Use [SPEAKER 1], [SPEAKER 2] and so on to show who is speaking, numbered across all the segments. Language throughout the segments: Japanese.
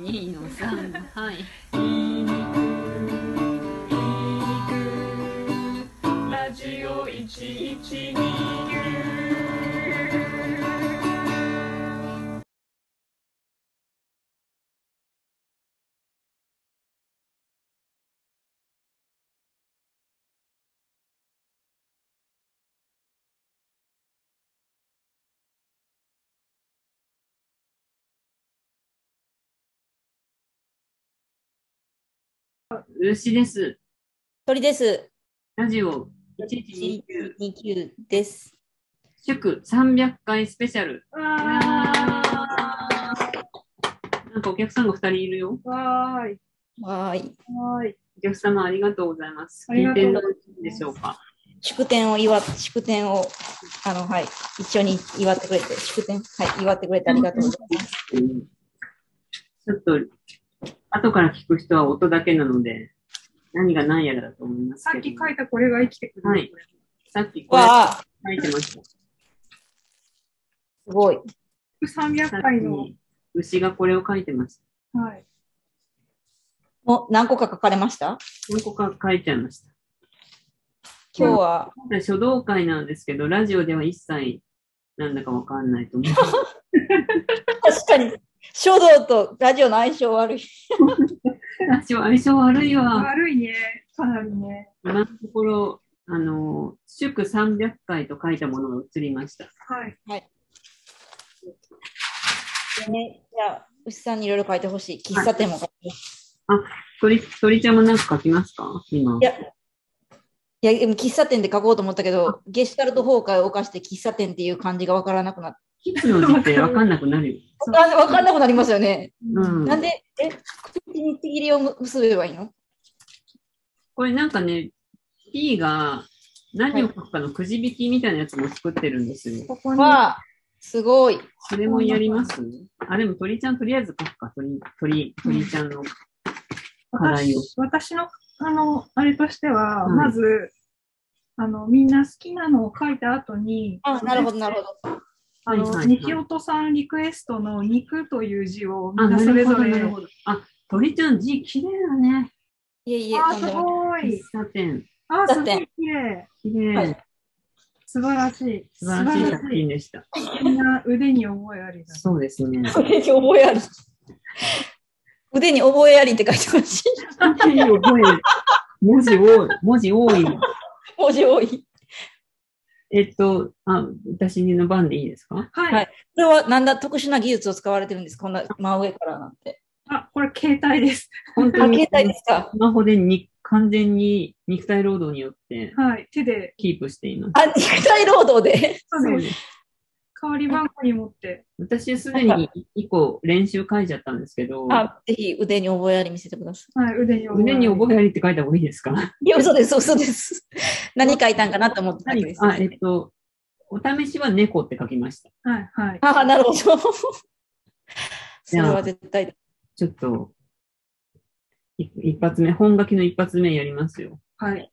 [SPEAKER 1] 二の三はい。
[SPEAKER 2] ラジオ112
[SPEAKER 3] 牛です。
[SPEAKER 4] 鳥です。
[SPEAKER 3] ラジオ1129
[SPEAKER 4] 1129です。
[SPEAKER 3] 祝300回スペシャル。なんかお客さんが2人いるよ。
[SPEAKER 2] わーい。
[SPEAKER 4] はーい。
[SPEAKER 2] わーい。
[SPEAKER 3] お客様ありがとうございます。
[SPEAKER 2] あり
[SPEAKER 3] 聞
[SPEAKER 2] が
[SPEAKER 3] い
[SPEAKER 2] と
[SPEAKER 3] て
[SPEAKER 2] う
[SPEAKER 3] る
[SPEAKER 2] ございま
[SPEAKER 3] でしょうか。
[SPEAKER 4] 祝典を祝っ祝典を、あの、はい。一緒に祝ってくれて、祝典、はい。祝ってくれてありがとうございます。
[SPEAKER 3] ちょっと、後から聞く人は音だけなので、何が何やらだと思います
[SPEAKER 2] さ
[SPEAKER 3] け
[SPEAKER 2] っ
[SPEAKER 3] ど。
[SPEAKER 2] き書いたこれが生きてくる。
[SPEAKER 3] はいさっきこれ
[SPEAKER 4] わあ、
[SPEAKER 3] 書いてました。
[SPEAKER 4] すごい。
[SPEAKER 3] さ
[SPEAKER 2] 300
[SPEAKER 3] っ
[SPEAKER 2] 回の。
[SPEAKER 3] き牛がこれを書いてました。
[SPEAKER 2] はい。
[SPEAKER 4] もう何個か書かれました
[SPEAKER 3] 何個か書いちゃいました。
[SPEAKER 4] 今日は、
[SPEAKER 3] 今回書道会なんですけど、ラジオでは一切なんだかわかんない と思う。
[SPEAKER 4] 確かに、書道とラジオの相性悪い。
[SPEAKER 3] ラジオ相性悪いわ。
[SPEAKER 2] 悪いね。かなりね。
[SPEAKER 3] 今のところ、あの、祝300回と書いたものが映りました。
[SPEAKER 2] はい。
[SPEAKER 4] ね、じゃあ、牛さんにいろいろ書いてほしい。喫茶店も書いてほし
[SPEAKER 3] 鳥、鳥ちゃんも何か書きますか今
[SPEAKER 4] い。い。やいや、でも喫茶店で書こうと思ったけど、ゲシュタルト崩壊を犯して喫茶店っていう感じがわからなくなっ
[SPEAKER 3] キツの字ってわかんなくなるよ。
[SPEAKER 4] た。わかんなくなりますよね。
[SPEAKER 3] うん。
[SPEAKER 4] なんで、え、口にちぎりを結べばいいの
[SPEAKER 3] これなんかね、P が何を書くかのくじ引きみたいなやつも作ってるんですよ。
[SPEAKER 2] ここに。
[SPEAKER 4] わあ、すごい。
[SPEAKER 3] それもやりますあ、でも鳥ちゃんとりあえず書くか。鳥、鳥、鳥ちゃんの課題を。
[SPEAKER 2] 私私の、あの、あれとしては、
[SPEAKER 3] うん
[SPEAKER 2] まず、あの、みんな好きなのを書いた後に、
[SPEAKER 4] あ、なるほど、なるほど。
[SPEAKER 2] あ
[SPEAKER 3] は
[SPEAKER 2] の、
[SPEAKER 3] いはいはい
[SPEAKER 2] 西音さんリクエストの肉という字を、み
[SPEAKER 3] あ、
[SPEAKER 2] んな
[SPEAKER 3] な
[SPEAKER 2] それ
[SPEAKER 3] るほ
[SPEAKER 2] ぞ
[SPEAKER 3] ど、
[SPEAKER 2] れ。
[SPEAKER 3] なるほど。あ、鳥ちゃん字綺麗だね。
[SPEAKER 4] いえいえ、
[SPEAKER 2] あ、
[SPEAKER 4] とん
[SPEAKER 2] す
[SPEAKER 4] でもない
[SPEAKER 2] ごい
[SPEAKER 3] 喫。茶店。
[SPEAKER 2] あ、す
[SPEAKER 4] だっ
[SPEAKER 2] ご
[SPEAKER 4] て
[SPEAKER 2] い綺麗。
[SPEAKER 3] 綺麗、
[SPEAKER 4] はい
[SPEAKER 2] 素晴らしい。
[SPEAKER 3] 素晴らしい作品でした。
[SPEAKER 2] みんな腕に覚えありだ。
[SPEAKER 3] そうですね。
[SPEAKER 4] 腕に覚えあり。腕に覚えありって書いてほしい。
[SPEAKER 3] 手に覚える。文字多い。文字多い。
[SPEAKER 4] 文字多い。こ
[SPEAKER 3] えっと、あ、私の番でいいですか
[SPEAKER 2] はい。
[SPEAKER 4] はいれはなんだ、特殊な技術を使われてるんです。こんな真上からなんて。
[SPEAKER 2] あ、これ携帯です。
[SPEAKER 3] 本
[SPEAKER 4] あ、
[SPEAKER 3] 当に
[SPEAKER 4] 携帯ですか。
[SPEAKER 3] スマホでに完全に肉体労働によって
[SPEAKER 2] はい。手で、
[SPEAKER 3] キープしています。
[SPEAKER 4] あ、肉体労働で。
[SPEAKER 2] そうです。
[SPEAKER 3] す。
[SPEAKER 2] 代わり番号に持って。
[SPEAKER 3] 私すでに一個練習書いちゃったんですけど、
[SPEAKER 4] あ、ぜひ腕に覚えあり見せてくださ
[SPEAKER 2] はい。腕に覚えあり。
[SPEAKER 3] 胸に覚えありって書いた方がいいですか
[SPEAKER 4] い。いや、嘘です、嘘です。何書いたんかなと思ったんです。
[SPEAKER 3] あ、えっと、お試しは猫って書きました。
[SPEAKER 2] はい。はい。
[SPEAKER 4] あ、なるほど。それは絶対。
[SPEAKER 3] ちょっと、い一発目、本書きの一発目やりますよ。
[SPEAKER 2] はい。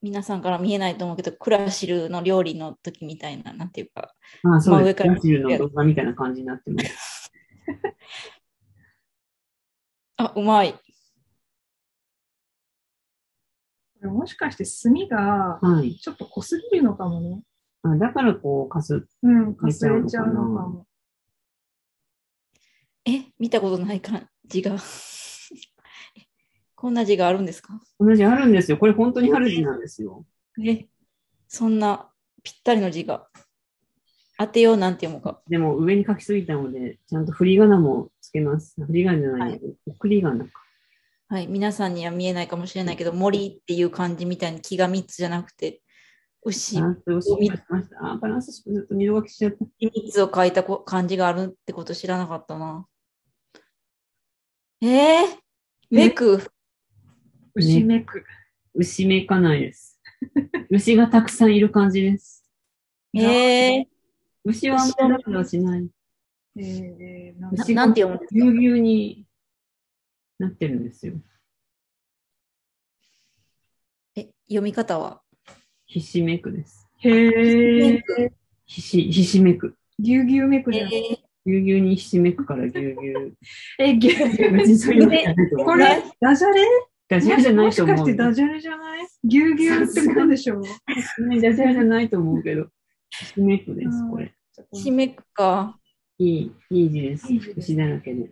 [SPEAKER 4] 皆さんから見えないと思うけど、クラシルの料理の時みたいな、なんていうか、
[SPEAKER 3] あ、そうです。
[SPEAKER 4] 真上から
[SPEAKER 3] ラジルの動画みたいな感じになってます。
[SPEAKER 4] あ、うまい。
[SPEAKER 2] これもしかして墨が、
[SPEAKER 3] はい。
[SPEAKER 2] ちょっと濃すぎるのかもね。
[SPEAKER 3] あだからこう、かす。
[SPEAKER 2] うん。かすれちゃうのかも。
[SPEAKER 4] え、見たことない感じが。え こんな字があるんですか
[SPEAKER 3] 同じあるんですよ。これ本当にある字なんですよ。
[SPEAKER 4] え、そんなぴったりの字が。当てようなんて読むか。
[SPEAKER 3] でも上に書きすぎたので、ちゃんと振り仮名もつけます。振り仮名じゃない、
[SPEAKER 4] はい
[SPEAKER 3] 送り仮名か。
[SPEAKER 4] はい、皆さんには見えないかもしれないけど、森っていう漢字みたいに木が3つじゃなくて、牛
[SPEAKER 3] バランスを失敗しました。あー、バランスずっと二度書きしちゃった。
[SPEAKER 4] 3つを書いたこ漢字があるってこと知らなかったな。えー、めく、
[SPEAKER 2] 牛めく。
[SPEAKER 3] 牛めかないです。牛がたくさんいる感じです。
[SPEAKER 4] え
[SPEAKER 3] 牛はあんまりラジオしない。
[SPEAKER 2] えー、なんか
[SPEAKER 4] ー、な
[SPEAKER 3] 牛が
[SPEAKER 4] なんて読むんです
[SPEAKER 3] ぎ
[SPEAKER 4] か
[SPEAKER 3] ゅうぎゅうになってるんですよ。
[SPEAKER 4] え読み方は
[SPEAKER 3] ひしめくです。
[SPEAKER 2] へえ。
[SPEAKER 3] ひし、ひしめく。
[SPEAKER 2] ぎゅうぎゅうめく
[SPEAKER 4] え
[SPEAKER 2] じゃん。
[SPEAKER 4] ー
[SPEAKER 3] ぎゅうぎゅうにひしめくからぎゅうぎゅう。
[SPEAKER 2] え、ぎゅうぎゅう。
[SPEAKER 3] 別にそういうわけじゃないと思う。
[SPEAKER 2] これ、ダジャレ
[SPEAKER 3] ダジャレじゃない
[SPEAKER 2] もし
[SPEAKER 3] と
[SPEAKER 2] か
[SPEAKER 3] 思
[SPEAKER 2] し
[SPEAKER 3] う。
[SPEAKER 2] てダ
[SPEAKER 3] ダジ
[SPEAKER 2] ジャレじゃないぎゅうぎゅうってことでしょう。
[SPEAKER 3] ャレじゃないと思うけど。ひしめくです、これ。
[SPEAKER 4] ひめくか。
[SPEAKER 3] いい、いい字です。
[SPEAKER 2] いい字です
[SPEAKER 3] 牛だらけで。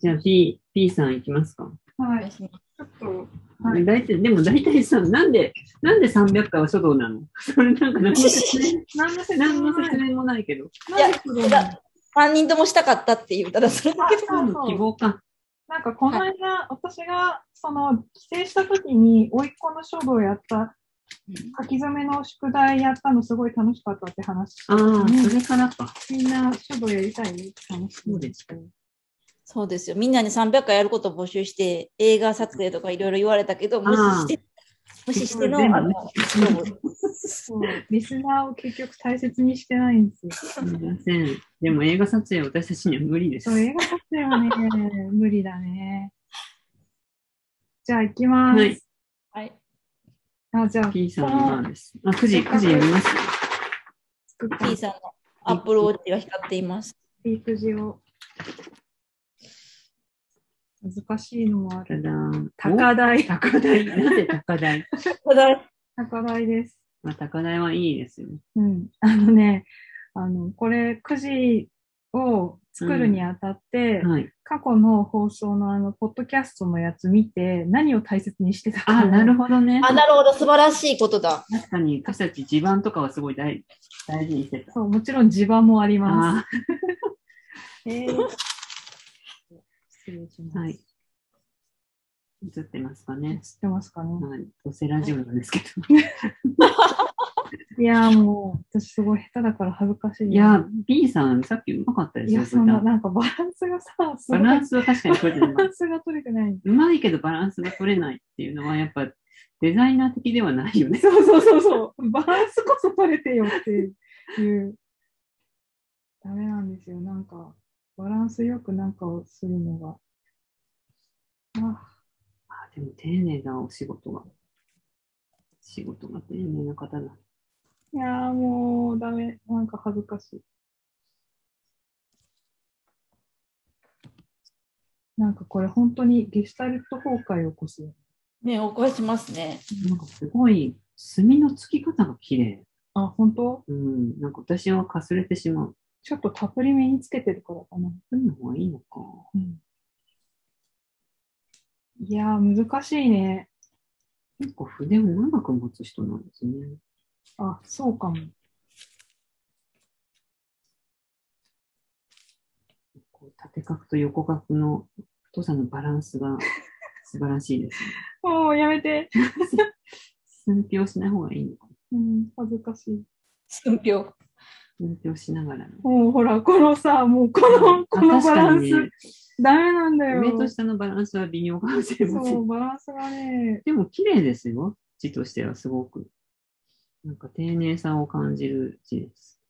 [SPEAKER 3] じゃあ、P、P さんいきますか。
[SPEAKER 2] はい。ちょっと、はい
[SPEAKER 3] 大体、でも大体さ、なんで、なんで300回は書道なの それなんか何も説明、
[SPEAKER 2] 何の説
[SPEAKER 3] 何 の
[SPEAKER 2] 明もな
[SPEAKER 3] 説
[SPEAKER 2] い。
[SPEAKER 3] 明もないけど。
[SPEAKER 2] なんでこれなの
[SPEAKER 4] 3人ともしたかったっていう、ただそれだけ
[SPEAKER 2] あ
[SPEAKER 4] で。
[SPEAKER 2] そう
[SPEAKER 3] 希望か。
[SPEAKER 2] なんかこの間、私がその帰省した時に、甥っ子の書道をやった、書き初めの宿題やったのすごい楽しかったって話して
[SPEAKER 3] ああ、
[SPEAKER 2] ね
[SPEAKER 3] それからか。
[SPEAKER 2] みんな書道やりたいって話して
[SPEAKER 3] そうですか。
[SPEAKER 4] そうですよ。みんなに300回やることを募集して、映画撮影とかいろいろ言われたけど、無視して、無視しての、
[SPEAKER 3] 全部
[SPEAKER 4] あの、
[SPEAKER 2] そう、リスナーを結局大切にしてないんですよ。
[SPEAKER 3] すみません。でも映画撮影は私たちには無理です
[SPEAKER 2] そう、。映画撮影はね、無理だね。じゃあ行きます。
[SPEAKER 3] はい
[SPEAKER 4] はい。
[SPEAKER 2] あ、じゃあ、
[SPEAKER 3] P さんの番です。あ、9時、9時読みます。
[SPEAKER 2] 作った
[SPEAKER 4] P さんのアップルウォッチが光っています。
[SPEAKER 2] ピーク字を。難しいのもある。
[SPEAKER 3] ただ、
[SPEAKER 2] 高台。
[SPEAKER 3] 高台。 なぜ高台
[SPEAKER 4] ただ、
[SPEAKER 2] 高台です。
[SPEAKER 3] まあ、高台はいいですよね。
[SPEAKER 2] うん。あのね、あの、これ、くじを作るにあたって、
[SPEAKER 3] はい。
[SPEAKER 2] 過去の放送のあの、ポッドキャストのやつ見て、何を大切にしてたか。
[SPEAKER 3] あ、なるほどね。
[SPEAKER 4] あ、なるほど、素晴らしいことだ。
[SPEAKER 3] 確かに、私たち地盤とかはすごい大大事にしてた。
[SPEAKER 2] そう、もちろん地場もあります。
[SPEAKER 3] あ
[SPEAKER 2] えー失礼します。
[SPEAKER 3] はい。映ってますかね。
[SPEAKER 2] 知ってますかね。
[SPEAKER 3] はい。おせラジオなんですけど。
[SPEAKER 2] いやーもう、私すごい下手だから恥ずかしい。
[SPEAKER 3] いや、B さん、さっきうまかったで
[SPEAKER 2] い
[SPEAKER 3] すよ
[SPEAKER 2] や、。そんな、
[SPEAKER 3] 歌
[SPEAKER 2] なんかバランスがさ、すご
[SPEAKER 3] バ
[SPEAKER 2] い
[SPEAKER 3] ランスは確かに取れて
[SPEAKER 2] バ
[SPEAKER 3] な
[SPEAKER 2] ラ
[SPEAKER 3] い。
[SPEAKER 2] ンスが取れてない。
[SPEAKER 3] うまいけどバランスが取れないっていうのは、やっぱデザイナー的ではないよね。
[SPEAKER 2] そうそうそうそう。 バランスこそ取れてよっていう。ダメなんですよ。なんか、バランスよくなんかをするのが。あ
[SPEAKER 3] あでも丁寧なお仕事が。仕事が丁寧な方だ。
[SPEAKER 2] いやーもう、ダメ。なんか恥ずかしい。なんかこれ本当にゲシュタルト崩壊を起こすよ。
[SPEAKER 4] ね、おこしますね。
[SPEAKER 3] なんかすごい、墨の付き方が綺麗。
[SPEAKER 2] あ、本当
[SPEAKER 3] うん。なんか私はかすれてしまう。
[SPEAKER 2] ちょっとたっぷりめにつけてるからかな。
[SPEAKER 3] そういうの方がいいのか。
[SPEAKER 2] うんいやー、難しいね。
[SPEAKER 3] 結構筆を長く持つ人なんですね。
[SPEAKER 2] あ、そうかも。
[SPEAKER 3] こう縦角と横角の太さのバランス が素晴らしいです、ね。
[SPEAKER 2] もうやめて。
[SPEAKER 3] 寸評しない方がいいのかな。
[SPEAKER 2] うん、恥ずかしい。
[SPEAKER 4] 寸評。
[SPEAKER 3] 寸評しながらの。
[SPEAKER 2] もうほら、このさ、もうこの、この
[SPEAKER 3] あ
[SPEAKER 2] バランス、
[SPEAKER 3] 確かに
[SPEAKER 2] ダメなんだよ。
[SPEAKER 3] 上と下のバランスは微妙かもしれませ
[SPEAKER 2] そ
[SPEAKER 3] ん。
[SPEAKER 2] う、バランスがね、
[SPEAKER 3] でも綺麗ですよ。字としてはすごく。なんか丁寧さを感じる字です。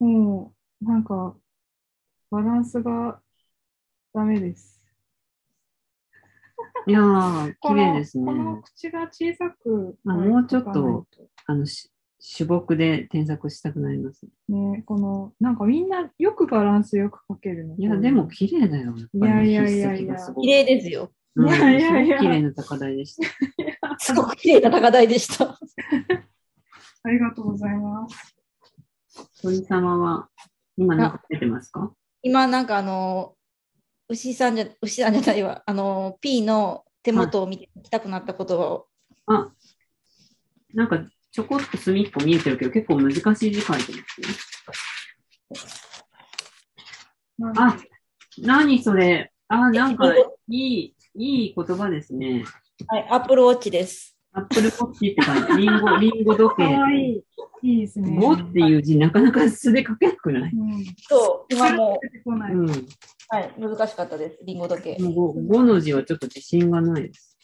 [SPEAKER 2] もう、なんか、バランスがダメです。
[SPEAKER 3] いやー、
[SPEAKER 2] こ
[SPEAKER 3] 綺
[SPEAKER 2] の
[SPEAKER 3] 麗ですね
[SPEAKER 2] こ。の口が小さく、
[SPEAKER 3] あもうちょっと
[SPEAKER 2] 書かない
[SPEAKER 3] あの、し主木で添削したくなります。
[SPEAKER 2] ね、この、なんかみんなよくバランスよく書けるの。
[SPEAKER 3] いや、でも、綺麗だよ。
[SPEAKER 2] いやいやいやいや
[SPEAKER 3] 筆跡がすごい
[SPEAKER 4] 綺麗ですよ。
[SPEAKER 3] うん
[SPEAKER 2] いやいやいや
[SPEAKER 3] すごく綺麗な高台でした。
[SPEAKER 4] すごく綺麗な高台でした。
[SPEAKER 2] ありがとうございます。
[SPEAKER 3] 鳥様は、今何か出てますか
[SPEAKER 4] 今、なんかあの、牛さんじゃ、牛さんじゃないわ。 あの、P の手元を見て、きたくなった言葉を。
[SPEAKER 3] なんか、ちょこっと隅っこ見えてるけど、結構難しい字書いてますね。あ、何それ。あ、なんか、いい、いい言葉ですね。
[SPEAKER 4] はい、アップルウォッチです。
[SPEAKER 3] アップルポッチって感じ。リン ゴ、リンゴ時
[SPEAKER 2] かわ
[SPEAKER 3] 計。
[SPEAKER 2] いい。いいですね。
[SPEAKER 3] ボっていう字、なかなか素で書けなくない。
[SPEAKER 2] うん。
[SPEAKER 4] そう、今も
[SPEAKER 2] 出てこないう
[SPEAKER 3] ん。
[SPEAKER 4] う、はい、難しかったです。リンゴ時計。
[SPEAKER 3] 5, 5の字はちょっと自信がないです。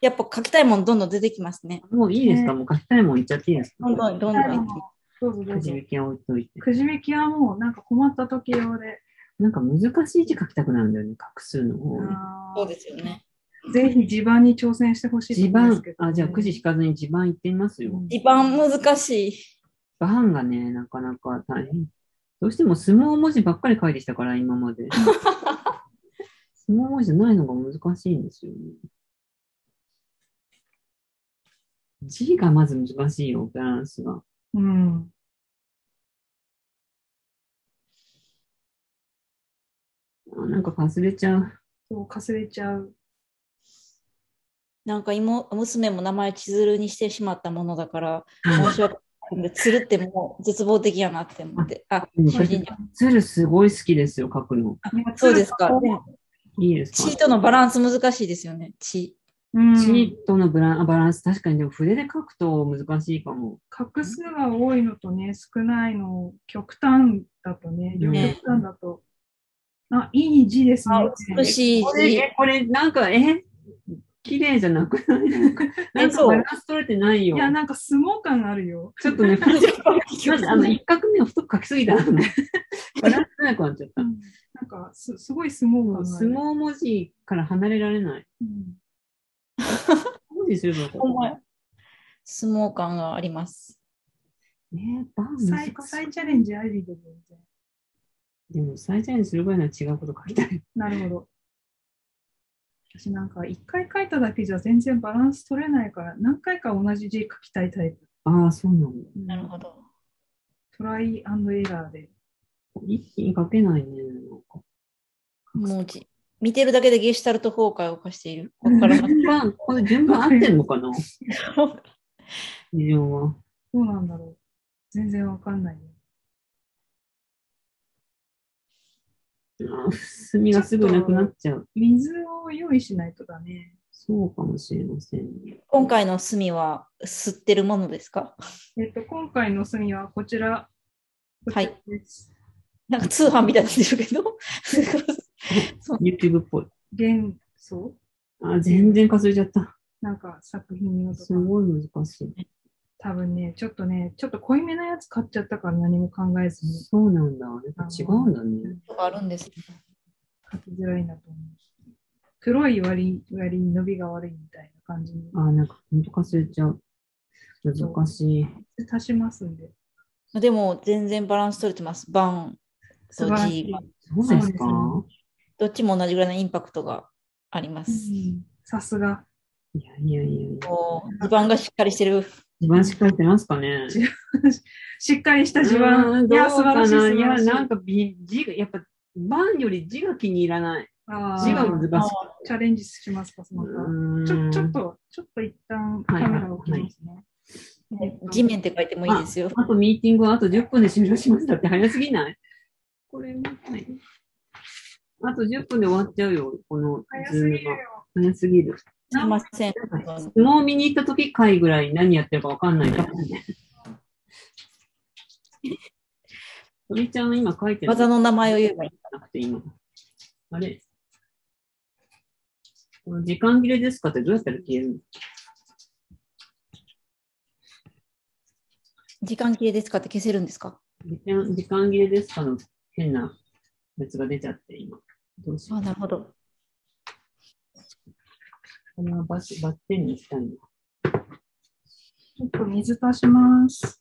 [SPEAKER 4] やっぱ書きたいもんどんどん出てきますね。
[SPEAKER 3] もういいですか、
[SPEAKER 2] ね
[SPEAKER 3] もう書きたいもん言っちゃっていいですか
[SPEAKER 4] どんどん、どんどん出てきます。
[SPEAKER 2] どうぞど
[SPEAKER 3] く
[SPEAKER 2] う
[SPEAKER 3] じ
[SPEAKER 2] ぞ。
[SPEAKER 3] 引きは置いといて。
[SPEAKER 2] くじ引きはもうなんか困った時用で。
[SPEAKER 3] なんか難しい字書きたくなるんだよね、画数の方ね
[SPEAKER 4] そうですよね。
[SPEAKER 2] ぜひ地盤に挑戦してほしい
[SPEAKER 3] 地
[SPEAKER 2] と思うんで
[SPEAKER 3] 盤
[SPEAKER 2] すけ、ど、
[SPEAKER 3] あ、じゃあくじ引かずに地盤行ってみますよ。
[SPEAKER 2] うん
[SPEAKER 4] 一番難しい。
[SPEAKER 3] バーンがね、なかなか大変。どうしても相撲文字ばっかり書いてきたから、今ま で。相撲文字じゃないのが難しいんですよね。字がまず難しいよ、バランスが。
[SPEAKER 2] うん。
[SPEAKER 3] あなんかかすれちゃう。
[SPEAKER 2] そう、かすれちゃう。
[SPEAKER 4] なんか妹、娘も名前千鶴にしてしまったものだから、申し訳ない。鶴ってもう絶望的やなって思って。あ、
[SPEAKER 3] うん
[SPEAKER 4] 個人的
[SPEAKER 3] 鶴すごい好きですよ、書くの。
[SPEAKER 4] そうですか。
[SPEAKER 3] いいです
[SPEAKER 4] 地
[SPEAKER 3] か
[SPEAKER 4] 位とのバランス難しいですよね。地
[SPEAKER 2] うん。
[SPEAKER 3] チートのブランバランス、確かにでも筆で書くと難しいかも。
[SPEAKER 2] 画数が多いのとね、少ないの、極端だとね、両
[SPEAKER 4] ね
[SPEAKER 2] 極端だと。あ、いい字ですね。
[SPEAKER 4] 位。美しい
[SPEAKER 3] これ、
[SPEAKER 4] 地
[SPEAKER 3] えこれなんか、え綺麗じゃなくないなん か、なんか
[SPEAKER 4] そう
[SPEAKER 3] バランス取れてないよ
[SPEAKER 2] い。や、なんか相撲感あるよ。
[SPEAKER 3] ちょっと ね、まずあの、一画目を太く書きす ぎた。バランス取れなくなっちゃった。
[SPEAKER 2] なんかす、すごい相撲感がある。
[SPEAKER 3] 相撲文字から離れられない。
[SPEAKER 2] うん
[SPEAKER 3] 文字すればよかった
[SPEAKER 4] ほんまや相撲感があります。
[SPEAKER 3] ねバン難し
[SPEAKER 2] 再
[SPEAKER 3] い。
[SPEAKER 2] 再チャレンジありで全然。
[SPEAKER 3] でも、最初にする場合には違うこと書きたい。
[SPEAKER 2] なるほど。私なんか一回書いただけじゃ全然バランス取れないから何回か同じ字書きたいタイプ。
[SPEAKER 3] ああ、そうなんだ。
[SPEAKER 4] なるほど。
[SPEAKER 2] トライアンドエラーで。
[SPEAKER 3] 一気に書けないね。なんか
[SPEAKER 4] もうじ見てるだけでゲシュタルト崩壊を犯している。わからな
[SPEAKER 3] 順番、これ順番合ってんの かな事情は。
[SPEAKER 2] どうなんだろう。全然わかんないね。
[SPEAKER 3] あ墨がすぐなくなっちゃう。
[SPEAKER 2] 水を用意しないとだね。
[SPEAKER 3] そうかもしれませんね。
[SPEAKER 4] 今回の炭は吸ってるものですか
[SPEAKER 2] えっと、今回の墨はこちら。こちらです。
[SPEAKER 4] なんか通販みたいになってるけど。
[SPEAKER 3] YouTube っぽい。
[SPEAKER 2] 元素
[SPEAKER 3] あ、全然かすれちゃった。
[SPEAKER 2] なんか作品用と
[SPEAKER 3] す
[SPEAKER 2] か。
[SPEAKER 3] ごい難しい。
[SPEAKER 2] 多分ね、ちょっとね、ちょっと濃いめなやつ買っちゃったから何も考えずに
[SPEAKER 3] そうなんだ。やっぱ違うんだね。
[SPEAKER 4] あるんです。
[SPEAKER 2] 書きづらいなと思う。黒い割り割に伸びが悪いみたいな感じに。
[SPEAKER 3] あ、なんかほんとかすれちゃう。難しい。
[SPEAKER 2] 足しますんで。
[SPEAKER 4] でも全然バランス取れてます。バーン。
[SPEAKER 2] 素晴らしい。
[SPEAKER 3] そうですか
[SPEAKER 2] そ
[SPEAKER 4] どっちも同じぐらいのインパクトがあります。
[SPEAKER 2] さすが。
[SPEAKER 3] いやいやいやいや。
[SPEAKER 4] おー地盤がしっかりしてる。
[SPEAKER 3] 一番しっかりしてますかね。
[SPEAKER 2] しっかりした自
[SPEAKER 3] う
[SPEAKER 2] 慢。
[SPEAKER 3] ん
[SPEAKER 2] い
[SPEAKER 3] どう
[SPEAKER 2] や、素晴
[SPEAKER 3] からな
[SPEAKER 2] しい。素
[SPEAKER 3] い
[SPEAKER 2] 晴
[SPEAKER 3] や、
[SPEAKER 2] らしい。
[SPEAKER 3] なんかび字が、やっぱ、番より字が気に入らない。
[SPEAKER 2] あー
[SPEAKER 3] 字が難しい。
[SPEAKER 2] チャレンジしますか、その後ちょちょっと、ちょっと一旦カ
[SPEAKER 3] はい
[SPEAKER 2] メラを置きますね。
[SPEAKER 4] 地面って書いてもいいですよ。
[SPEAKER 3] あとミーティングはあと10分で終了しますだって早すぎないこれも、はい。あと10分で終わっちゃうよ、この
[SPEAKER 2] 早
[SPEAKER 3] ズー
[SPEAKER 2] すぎ
[SPEAKER 3] ム
[SPEAKER 2] る
[SPEAKER 3] が。
[SPEAKER 2] よ。
[SPEAKER 3] 早すぎる。
[SPEAKER 4] すいません。
[SPEAKER 3] なんか相撲見に行った時回ぐらい何やってるかわかんないからね。鳥ちゃん今書いてる
[SPEAKER 4] 技の名前を言えばいい。
[SPEAKER 3] なくて今。あれこの時間切れですかってどうやったら消えるの
[SPEAKER 4] 時間切れですかって消せるんですか
[SPEAKER 3] 時間時間切れですかの変なやつが出ちゃって今。どうしよう
[SPEAKER 4] あ、なるほど。
[SPEAKER 3] これはバッバッテンにしたいな。
[SPEAKER 2] ちょっと水足します。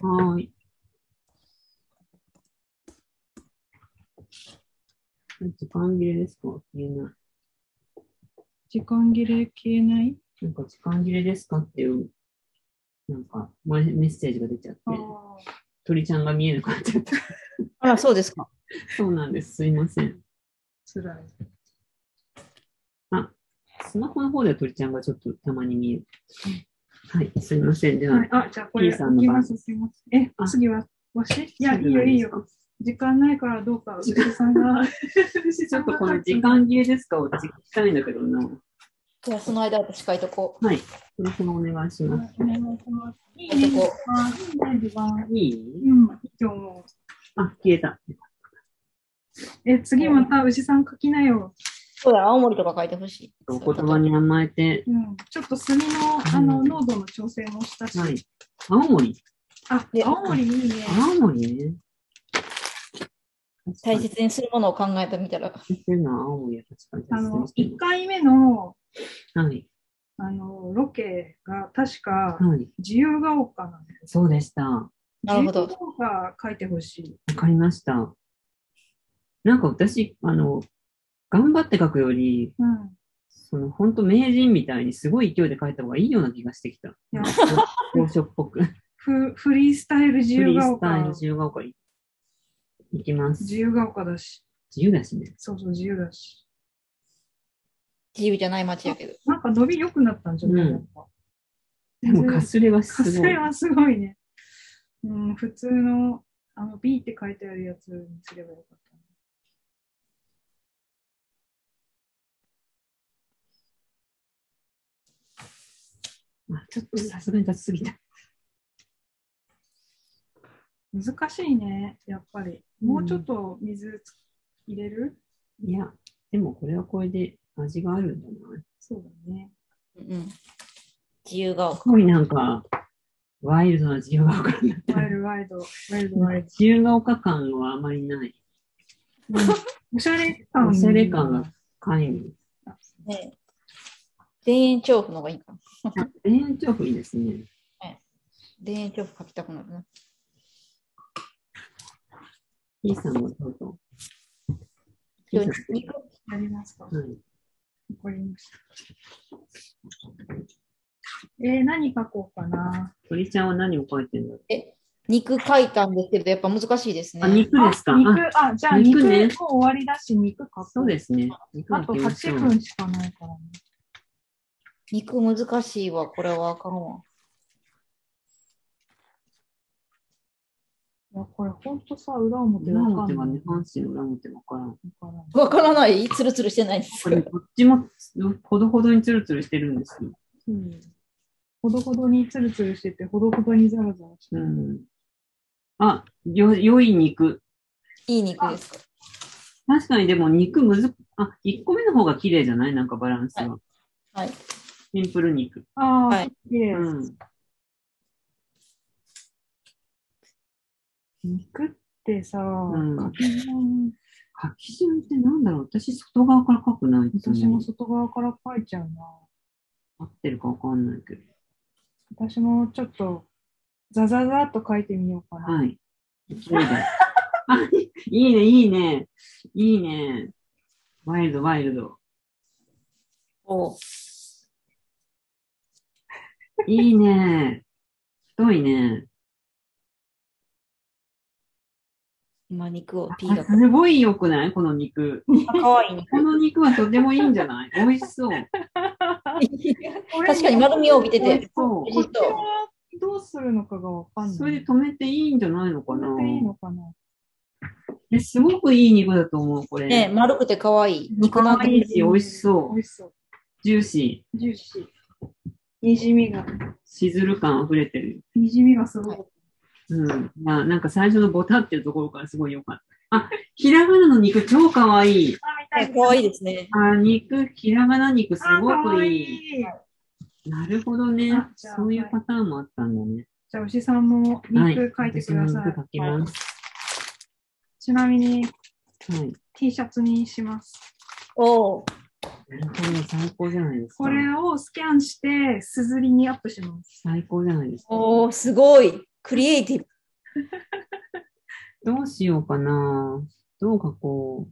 [SPEAKER 3] はーい。時間切れですか消えない。
[SPEAKER 2] 時間切れ消えない
[SPEAKER 3] なんか時間切れですかっていう、なんかメメッセージが出ちゃって、鳥ちゃんが見えなくなっちゃった。
[SPEAKER 4] あら、そうですか。
[SPEAKER 3] そうなんです。すいません。
[SPEAKER 2] つらい。
[SPEAKER 3] スマホの方では鳥ちゃんがちょっとたまに見える。はい、すいません。では、
[SPEAKER 2] はい、あ、じゃあこれ、
[SPEAKER 3] P さんの
[SPEAKER 2] 行きます、行きます。え
[SPEAKER 3] あ、
[SPEAKER 2] 次は、わしいや、い
[SPEAKER 3] 次
[SPEAKER 2] いよ、
[SPEAKER 3] 何
[SPEAKER 2] いい
[SPEAKER 3] ですか
[SPEAKER 2] よ。時間ないからど うか、牛田さんが。
[SPEAKER 3] ち
[SPEAKER 2] ち
[SPEAKER 3] ょっとこの時。間切れですかを聞きたいんだけどな。
[SPEAKER 4] じゃあ、その間私書いとこ。
[SPEAKER 3] はい、鳥ちゃんお願いします。
[SPEAKER 2] お願いしますいいう
[SPEAKER 4] 書
[SPEAKER 2] ね、
[SPEAKER 4] いとこ
[SPEAKER 2] 時間。いいね、時間。
[SPEAKER 3] いい
[SPEAKER 2] うん、いいと思
[SPEAKER 3] あ、消えた。
[SPEAKER 2] う。え、次また牛さん書きなよ。
[SPEAKER 4] う。そうだ、青森とか書いてほしい。
[SPEAKER 3] お言葉に甘えて、
[SPEAKER 2] うん。ちょっと炭の、あ
[SPEAKER 3] う
[SPEAKER 2] の、
[SPEAKER 3] ん
[SPEAKER 2] 濃度の調整もしたし。
[SPEAKER 3] はい。青森。
[SPEAKER 2] あ、
[SPEAKER 4] で
[SPEAKER 2] 青森いいね。
[SPEAKER 3] 青森ね。
[SPEAKER 4] 大切にするものを考えてみたら。
[SPEAKER 3] っていうのは青森は確かに大切
[SPEAKER 2] あの
[SPEAKER 3] に、して
[SPEAKER 2] 1
[SPEAKER 3] る
[SPEAKER 2] 回目の、
[SPEAKER 3] はい。
[SPEAKER 2] あの、ロケが確か
[SPEAKER 3] はい。
[SPEAKER 2] 自由が丘なんです。
[SPEAKER 3] そうでした。わ
[SPEAKER 4] なるほど
[SPEAKER 2] 自由が丘書いてほしい。
[SPEAKER 3] かりました。なんか私、あの、頑張って書くより、
[SPEAKER 2] うん。
[SPEAKER 3] その本当名人みたいにすごい勢いで書いた方がいいような気がしてきた。
[SPEAKER 2] や
[SPEAKER 3] 洋書っぽく。フ
[SPEAKER 2] フフリースタイル自
[SPEAKER 3] リ
[SPEAKER 2] 由
[SPEAKER 3] ー
[SPEAKER 2] が
[SPEAKER 3] スタイル
[SPEAKER 2] 丘。
[SPEAKER 3] 自由が丘に行きます。
[SPEAKER 2] 自
[SPEAKER 3] 自
[SPEAKER 2] 由が丘だし。
[SPEAKER 3] 由だしね。
[SPEAKER 2] そうそう、自由だし。
[SPEAKER 4] 自由じゃない街やけど。
[SPEAKER 2] なんか伸び良くなったんじゃない
[SPEAKER 3] うん
[SPEAKER 2] やっぱ
[SPEAKER 3] でもかすれはす
[SPEAKER 2] かす
[SPEAKER 3] ごい
[SPEAKER 2] れ。はすごいね。うん、普通の、あの、B って書いてあるやつにすればよかった。
[SPEAKER 3] あちょっとさすがに雑すぎた。
[SPEAKER 2] 難しいね、やっぱり。もうちょっと水つ入れる、
[SPEAKER 3] いや、でもこれはこれで味があるんじゃない
[SPEAKER 2] そうだね。
[SPEAKER 4] うんうん。自由が丘。
[SPEAKER 3] すごいなんか、ワイルドな自由が丘になった。
[SPEAKER 2] ワイルドワイド、ワイルドワイド。
[SPEAKER 3] 自由が丘感はあまりない。
[SPEAKER 2] おしゃれ感。
[SPEAKER 3] おしゃれ感が深い。
[SPEAKER 4] ね田園調布の方がいいかな。
[SPEAKER 3] 園長夫いいですね。
[SPEAKER 4] 田園調布書きたくなるな。
[SPEAKER 3] P さんもどうぞ。P
[SPEAKER 4] 今
[SPEAKER 3] さん
[SPEAKER 4] 日
[SPEAKER 3] も
[SPEAKER 4] 肉
[SPEAKER 2] やりますか。わ
[SPEAKER 3] はい
[SPEAKER 2] かりました。えー、何書こうかな。
[SPEAKER 3] 鳥ちゃんは何を書いてるんだろ
[SPEAKER 4] 肉書いたんですけど、やっぱ難しいです
[SPEAKER 3] う
[SPEAKER 4] ね。
[SPEAKER 3] あ、肉ですか。
[SPEAKER 2] 肉
[SPEAKER 3] あ、、
[SPEAKER 2] あ、じゃあ肉
[SPEAKER 3] 肉
[SPEAKER 2] も
[SPEAKER 3] ね
[SPEAKER 2] う終わりだし、肉書こう。
[SPEAKER 3] そうですね。肉
[SPEAKER 2] あ
[SPEAKER 3] だけ
[SPEAKER 2] と
[SPEAKER 3] 見ましょ
[SPEAKER 2] 8
[SPEAKER 3] う
[SPEAKER 2] 分しかないからね。
[SPEAKER 4] 肉難しいわ、これはあかんわ。
[SPEAKER 2] いやこれほんとさ、裏表
[SPEAKER 3] 裏
[SPEAKER 2] わか
[SPEAKER 3] 表
[SPEAKER 2] んな。
[SPEAKER 3] はいね、阪神の裏表わからん。こ
[SPEAKER 2] わからん
[SPEAKER 4] わからないつるつるしてないんですか
[SPEAKER 3] れ、どっちもほどほどにツルツルしてるんですよ。
[SPEAKER 2] うんほどほどにツルツルしてて、ほどほどにザラザラして
[SPEAKER 3] う
[SPEAKER 2] る。
[SPEAKER 3] ん。あ、よ、良い肉。
[SPEAKER 4] いい肉ですか
[SPEAKER 3] 確かにでも肉むず、あ、1個目の方が綺麗じゃないなんかバランスは。
[SPEAKER 4] はい。
[SPEAKER 3] シンプル肉。
[SPEAKER 2] あ
[SPEAKER 4] は
[SPEAKER 2] あ
[SPEAKER 4] い、
[SPEAKER 2] 綺麗。
[SPEAKER 3] うん。
[SPEAKER 2] 肉ってさ、
[SPEAKER 3] ん
[SPEAKER 2] 書き順
[SPEAKER 3] 書き順ってなんだろう私外側から書くないとね
[SPEAKER 2] 私も外側から書いちゃうな。
[SPEAKER 3] 合ってるかわかんないけど。
[SPEAKER 2] 私もちょっと、ザザザっと書いてみようかな。
[SPEAKER 3] はい。勢いで。あ、いいね、いいね。いいね。ワイルド、ワイルド。
[SPEAKER 4] おう
[SPEAKER 3] いいね。太いね。
[SPEAKER 4] 今肉を P
[SPEAKER 3] あ
[SPEAKER 4] が。
[SPEAKER 3] すごい良くないこの肉。
[SPEAKER 4] かわいい肉。
[SPEAKER 3] この肉はとてもいいんじゃない美味しそう。
[SPEAKER 4] 確かに丸みを帯びて
[SPEAKER 3] 美味
[SPEAKER 4] て
[SPEAKER 3] し。そ
[SPEAKER 2] こ
[SPEAKER 4] 美味
[SPEAKER 2] っ
[SPEAKER 4] し
[SPEAKER 2] ち
[SPEAKER 4] そう
[SPEAKER 2] はどうするのかがわかん
[SPEAKER 3] う。
[SPEAKER 2] ない。
[SPEAKER 3] それで止めていいんじゃないのかな
[SPEAKER 2] これでいいのかな。
[SPEAKER 3] えすごくいい肉だと思う、これ。
[SPEAKER 4] ね、丸くてかわいい。肉なん
[SPEAKER 3] 可愛いし、美味し
[SPEAKER 2] 美
[SPEAKER 3] そう。
[SPEAKER 2] 味しそう。
[SPEAKER 3] ジューシ
[SPEAKER 2] ジューシー。にじみが、
[SPEAKER 3] ー。しずる感溢れてる。
[SPEAKER 2] にじみがすごい。
[SPEAKER 3] うん。まあ、なんか最初のボタっていうところからすごい良かった。あ、ひらがなの肉超かわいい。
[SPEAKER 4] ねかわいいですね。
[SPEAKER 3] あ、肉、ひらがな肉す
[SPEAKER 2] あ、か
[SPEAKER 3] ごく
[SPEAKER 2] わい
[SPEAKER 3] いい。
[SPEAKER 2] い。
[SPEAKER 3] なるほどね
[SPEAKER 2] あ。じゃあ
[SPEAKER 3] そういうパターンもあったんだね。
[SPEAKER 2] じゃあ、牛さんも
[SPEAKER 3] はい。
[SPEAKER 2] 肉書いてくださ
[SPEAKER 3] 私も肉描き
[SPEAKER 2] い。
[SPEAKER 3] ます。
[SPEAKER 2] ちなみに
[SPEAKER 3] はい。
[SPEAKER 2] T シャツにします。
[SPEAKER 4] おう
[SPEAKER 3] なるほど、最高じゃないですか。
[SPEAKER 2] これをスキャンして、すずりにアップします。
[SPEAKER 3] 最高じゃないですか。
[SPEAKER 4] おうすごい。クリエイティブ。
[SPEAKER 3] どうしようかな。どう書こ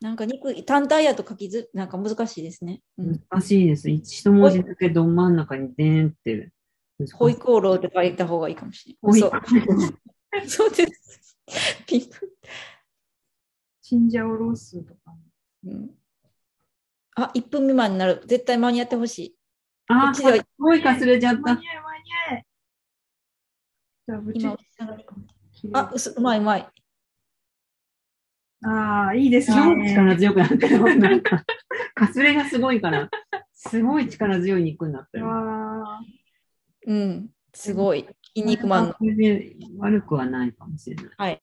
[SPEAKER 4] なんか肉、単体やと書きず、なんか難しいですね。う
[SPEAKER 3] う。
[SPEAKER 4] ん。
[SPEAKER 3] 難しいです。一文字だけど真ん中にでーんって。
[SPEAKER 4] ホイコーローって書いた方がいいかもしれ
[SPEAKER 3] ほ
[SPEAKER 4] ない。
[SPEAKER 3] い
[SPEAKER 4] そう。そう です。ピンク。
[SPEAKER 2] チンジャオロースとかね。
[SPEAKER 4] うんあ、1分未満になる。絶対間に合ってほしい。
[SPEAKER 3] あ
[SPEAKER 4] こっ
[SPEAKER 3] ー、
[SPEAKER 4] ち
[SPEAKER 3] す
[SPEAKER 4] では
[SPEAKER 3] ごいかすれちゃっ
[SPEAKER 2] 間
[SPEAKER 3] た。
[SPEAKER 2] に合え、間に合え。じゃあ、ぶち
[SPEAKER 4] 今、
[SPEAKER 2] 切れ
[SPEAKER 4] あ、うすうまいうまい。
[SPEAKER 2] あー、いいです
[SPEAKER 3] 超
[SPEAKER 2] ね。
[SPEAKER 3] 力強くなったよ。なん か、かすれがすごいから、すごい力強い肉になったよ。
[SPEAKER 2] わ
[SPEAKER 4] うん、すごい。筋肉マンの。
[SPEAKER 3] これで悪くはないかもしれない。
[SPEAKER 4] はい。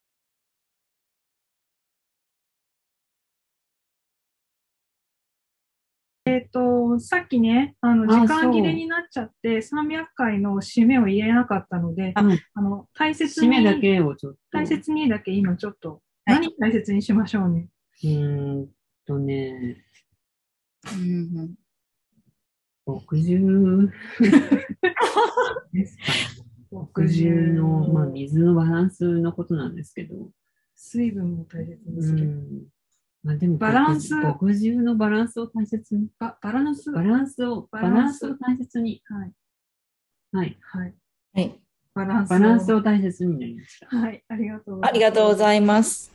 [SPEAKER 2] ーえっ、と、さっきね、あの、
[SPEAKER 3] あ
[SPEAKER 2] 時
[SPEAKER 3] そ
[SPEAKER 2] 間
[SPEAKER 3] う
[SPEAKER 2] 切れになっちゃって、300回の締めを入れなかったので、
[SPEAKER 3] あ
[SPEAKER 2] あの、大切
[SPEAKER 3] 締
[SPEAKER 2] に、
[SPEAKER 3] めだけをちょっと。
[SPEAKER 2] 大切にだけ今ちょっと、
[SPEAKER 4] はい
[SPEAKER 2] 何大切にしましょうね。
[SPEAKER 3] うーんとね、
[SPEAKER 4] うんうん
[SPEAKER 3] 60ですか60の、まあ、水のバランスのことなんですけど、
[SPEAKER 2] 水分を大切に
[SPEAKER 3] う
[SPEAKER 2] する。
[SPEAKER 3] んまあ、でも
[SPEAKER 2] バランス
[SPEAKER 3] 60のバランスを大切に
[SPEAKER 2] ババランス、
[SPEAKER 3] バ
[SPEAKER 2] はい、
[SPEAKER 3] ランスを
[SPEAKER 2] バ
[SPEAKER 3] バ
[SPEAKER 2] ラ
[SPEAKER 3] ラ
[SPEAKER 2] ン
[SPEAKER 3] ン
[SPEAKER 2] ス
[SPEAKER 3] スを大切に、はい、
[SPEAKER 2] はい。
[SPEAKER 4] はい。
[SPEAKER 2] バランスを。
[SPEAKER 3] バランスを大切になりました。
[SPEAKER 2] はい、ありがとうございます
[SPEAKER 4] ありがとうございます。